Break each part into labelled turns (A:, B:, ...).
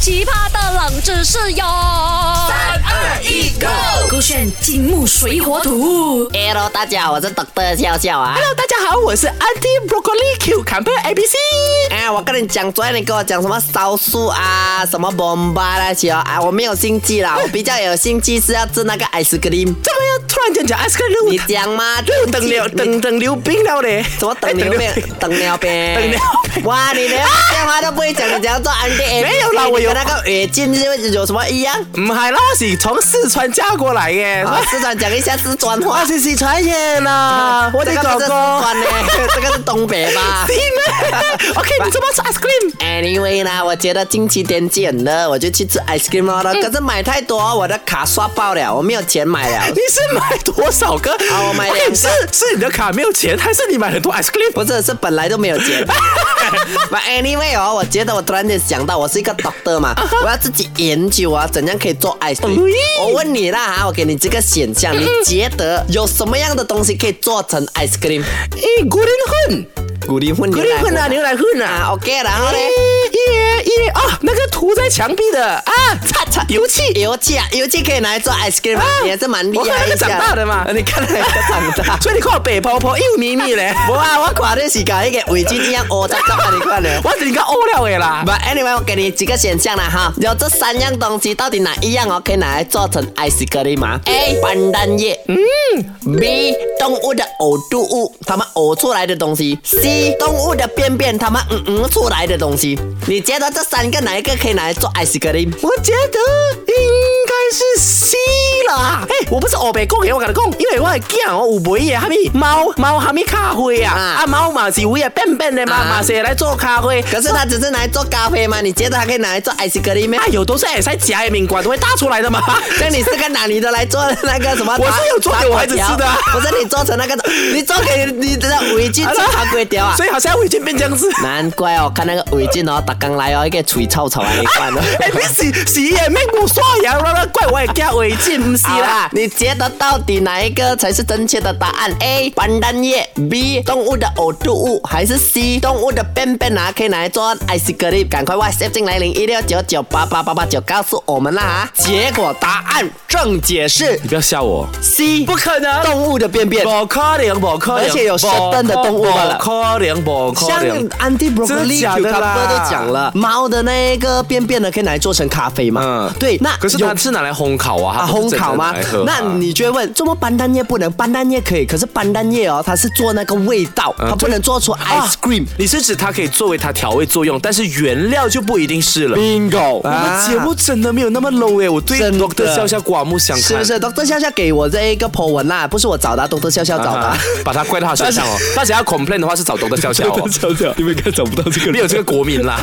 A: 奇葩的冷知识哟！三
B: 二一，Go！
A: 勾选金木水火土。
C: Hello，大家好，我是 Doctor 笑笑啊。
B: Hello，大家好，我是 Anti Broccoli Cucumber ABC。
C: 哎，我跟你讲，昨天你跟我讲什么烧树啊，什么 bomba 那些啊，我没有兴趣 啦，我比较有兴趣是要吃那个 ice cream。
B: 怎么啊要突然间讲 ice cream？
C: 你讲嘛，
B: 又等流等等溜冰了哎嘞？
C: 怎么等牛冰？等牛冰？
B: 等牛冰？
C: 哇，你连电话都不会讲，你讲做 Anti
B: 没有啦我有
C: 那个语境是有什么 一样？
B: 唔係啦，是從四川嫁過嚟嘅。
C: 啊，市长讲一下四川
B: 我
C: 话。
B: 是四川人 啦，我
C: 这个
B: 的哥
C: 不是四
B: 哥。
C: 川啊呢，这个是东北 吧？
B: 啊 OK，你怎么吃 ice cream？
C: Anyway 呢，我觉得近期天气很热，我就去吃 ice cream 咯。
B: 嗯
C: 可是买太多，我的卡刷爆了，我没有钱买 了
B: 你。是买多少个？
C: 啊我买两个
B: OK，是是你的卡没有钱，还是你买很多 ice cream？
C: 不是，是本来都没有 钱。But anyway 哦，我觉得我突然间想到，我是一个 doctor 嘛，我要自己研究啊，怎样可以做 ice cream
B: 啊喂。
C: 我问你啦哈，我给你这个选 项，你觉得有什么样的东西可以做成 ice cream？
B: 咦，古灵
C: 古灵混
B: 混，古
C: 牛
B: 灵
C: 奶
B: 混啊，牛奶混啊。
C: 啊，OK，然后呢？
B: 耶耶哦，那个涂在墙壁的啊，擦擦 油漆。
C: 油漆啊，油漆可以拿来做 ice cream，啊
B: 啊
C: 也是蛮厉
B: 我看
C: 害
B: 那
C: 一
B: 个
C: 下。
B: 长 大 的啊嘛，
C: 你看那个长大。
B: 所以你看我白泡泡又咪咪 咧，
C: 无啊，我看你是搞迄个围巾这样乌糟糟啊，你看 咧。
B: 我应该呕了的啦。
C: But anyway，我给你几个选项啦哈，有这三样东西，到底哪一样哦可以拿来做成 ice cream 吗？A. 斑蛋液，嗯；B. 动物的呕吐物，它们呕出来的东西；C. 动物的便便，它们嗯嗯出来的东西。你觉得这三个哪一个可以拿来做 ice cream？
B: 我觉得应该是 C 啦。哎、我不是欧北讲嘅，我跟你讲，因为我系惊我有买嘢，哈咪猫猫哈咪咖啡啊，
C: 啊
B: 啊猫嘛是为啊啊便便的嘛，
C: 啊
B: 嘛是会来做咖啡。
C: 可是它只是拿来做咖啡吗？你觉得它可以拿来做 ice cream 吗
B: 啊？有都是会使食嘅面馆都会搭出 来的嘛。啊
C: 那你是个哪里的来做那个什么
B: 我
C: 塔？
B: 是有做给我孩子吃 的啊
C: 塔粿条不是你做成那个，你做给你的围巾做糖粿条啊
B: 所？以好像我已经变这样子。
C: 难怪哦，看那个围巾哦，打刚来哦，一个嘴臭臭啊，你看哦。
B: 哎、你是是也咩冇所有啦，怪我系惊违禁，唔是
C: 好
B: 啦
C: 啦，。你觉得到底哪一个才是正确的答案？A. 斑蛋液，B. 动物的呕吐物，还是 C. 动物的便便啊？可以拿来做 ice cream。赶快 WhatsApp 进来零一六九九八八八八九，告诉我们啦哈。结果答案正解是
B: 你不要吓我，
C: C，
B: 不可能
C: 动物的便便。
B: 不可能，不可能，
C: 而且有舌根的动物罢了
B: 不可能，不可
C: 像
B: 能。
C: anti broccoli
B: 真的
C: c u
B: 假
C: c
B: 的啦
C: 都讲了，猫的那个便便呢可以拿来做成咖啡嘛？
B: 嗯，
C: 对，那
B: 可是
C: 有
B: 它是拿来烘烤啊，
C: 啊
B: 它不是
C: 烘烤吗
B: 真的拿来喝啊？
C: 那你就会问，怎么斑蛋液不能？斑蛋液可以，可是斑蛋液哦，它是做那个味道，它不能做出 ice cream
B: 嗯啊。你是指它可以作为它调味作用，但是原料就不一定是了。
C: bingo，
B: 我们节目真的没有那么 low 哎，我对
C: 真的
B: Doctor 笑笑刮目相看。
C: 是不是？Doctor 笑笑给我这一个 po 文啊啦，不是我找的，Doctor 笑笑找的
B: 啊。把它怪到他身上哦。大家要 complain 的话是找 Doctor 笑笑哦，
D: 笑笑，你们应该找不到这个人
B: 没有这个国民啦。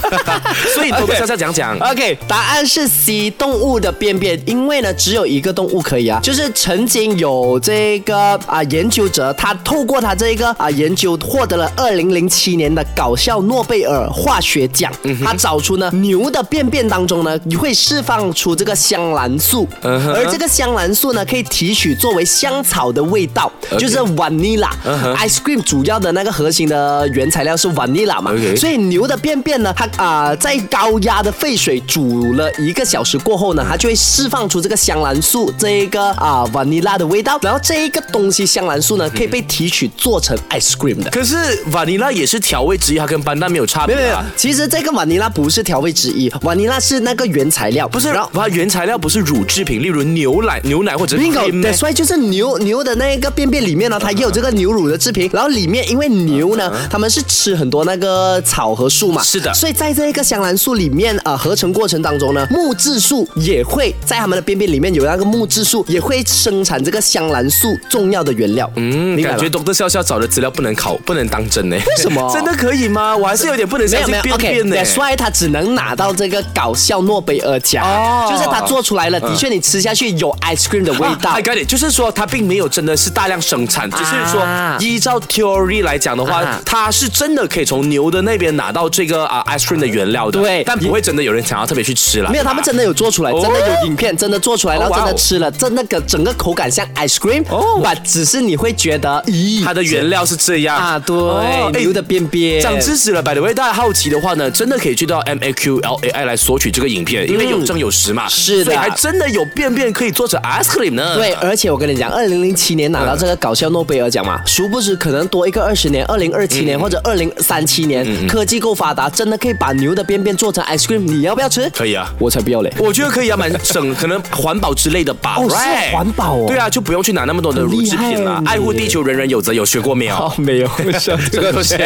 B: 所以 Doctor 笑笑 讲讲。
C: OK，答案是 C，动物的便便，因为呢只有一个动物可以啊，就是曾经有这个啊、研究者，他透过他这个啊、研究获得了2007年的搞笑诺贝尔化学奖，他找出呢牛的便便当中呢会释放出这个香兰素，而这个香兰素呢可以提取作为香草的味道，就是 vanilla、ice cream 主要的那个核心的原材料是 vanilla 嘛
B: OK
C: 所以牛的便便呢，它啊、在高压的沸水煮了一个小时过后呢，它就会释放出这个香兰素这一个啊、vanilla 的味道，然后这一个东西香兰素呢可以被提取做成 ice cream 的。
B: 可是 vanilla 也是调味之一，它跟斑蛋没有差
C: 没
B: 别
C: 有没有
B: 啊。，
C: 其实这个 vanilla 不是调味之一，vanilla 是那个原材料，不
B: 不是，
C: 然后
B: 它原材料不是乳制品，例如牛奶、牛奶或者是 cream 呢
C: Bingo，所以就是牛牛的那个便便里面呢，它也有这个牛乳的制品，然后里面因为牛呢，它们是吃很多那个草和树嘛，
B: 嗯是的
C: 所以在这个香兰素里面呃合成过程当中呢，木质素也会在它们的便便里面有那个木质素，也会生产这个香兰素重要的原料。嗯，
B: 嗯，感觉 Doctor 笑笑找的资料不能考，不能当真呢。为
C: 什么
B: 真的可以吗？我还是有点不能
C: 没
B: 相
C: 有
B: 信
C: 没有
B: 便
C: ，OK，
B: 便呢。
C: that's why 他只能拿到这个搞笑诺贝尔奖，
B: 哦
C: 就是他做出来了，的确你吃下去有 ice cream 的味道。
B: 啊 I got it，就是说它并没有真的是大量生产，只是说
C: 啊
B: 依照 theory 来讲的话
C: 啊，
B: 它是真的可以从牛的那边拿到这个啊 ice cream 的原料的，
C: 对
B: 但不会真的有人想要特别去吃了。
C: 没有，他们真的有做出来，
B: 啊哦
C: 真的有影片，真的做出来，然后
B: 哇哦
C: 真的吃了，真的个整个口感像 ice cream，
B: 哦
C: 但只是你会觉得，咦，
B: 它的原料是这样
C: 啊，
B: 哦
C: 对，牛的边边，
B: 长知识了，百 a 味。大家好奇的话呢，真的可以去到 M A Q L A I 来索取这个影片，因为有证有实嘛。
C: 是的
B: 所以还真的有便便可以做成 ice cream 呢。
C: 对，，而且我跟你讲，二零零七年拿到这个搞笑诺贝尔奖
B: 嗯
C: 嘛，殊不知可能多一个二十年，二零二七年或者二零三七
B: 嗯
C: 年，科技够发达，真的可以把牛的便便做成 ice cream，你要不要吃？
B: 可以啊。
C: 我才不要嘞！
B: 我觉得可以啊，蛮省，可能环保之类的吧。
C: 哦
B: right？
C: 是环保哦
B: 对啊，就不用去拿那么多的乳制品了
C: 很厉害。耶哦
B: 爱护地球，人人有责，有学过没有？
C: 哦，没有，
B: 这个都是。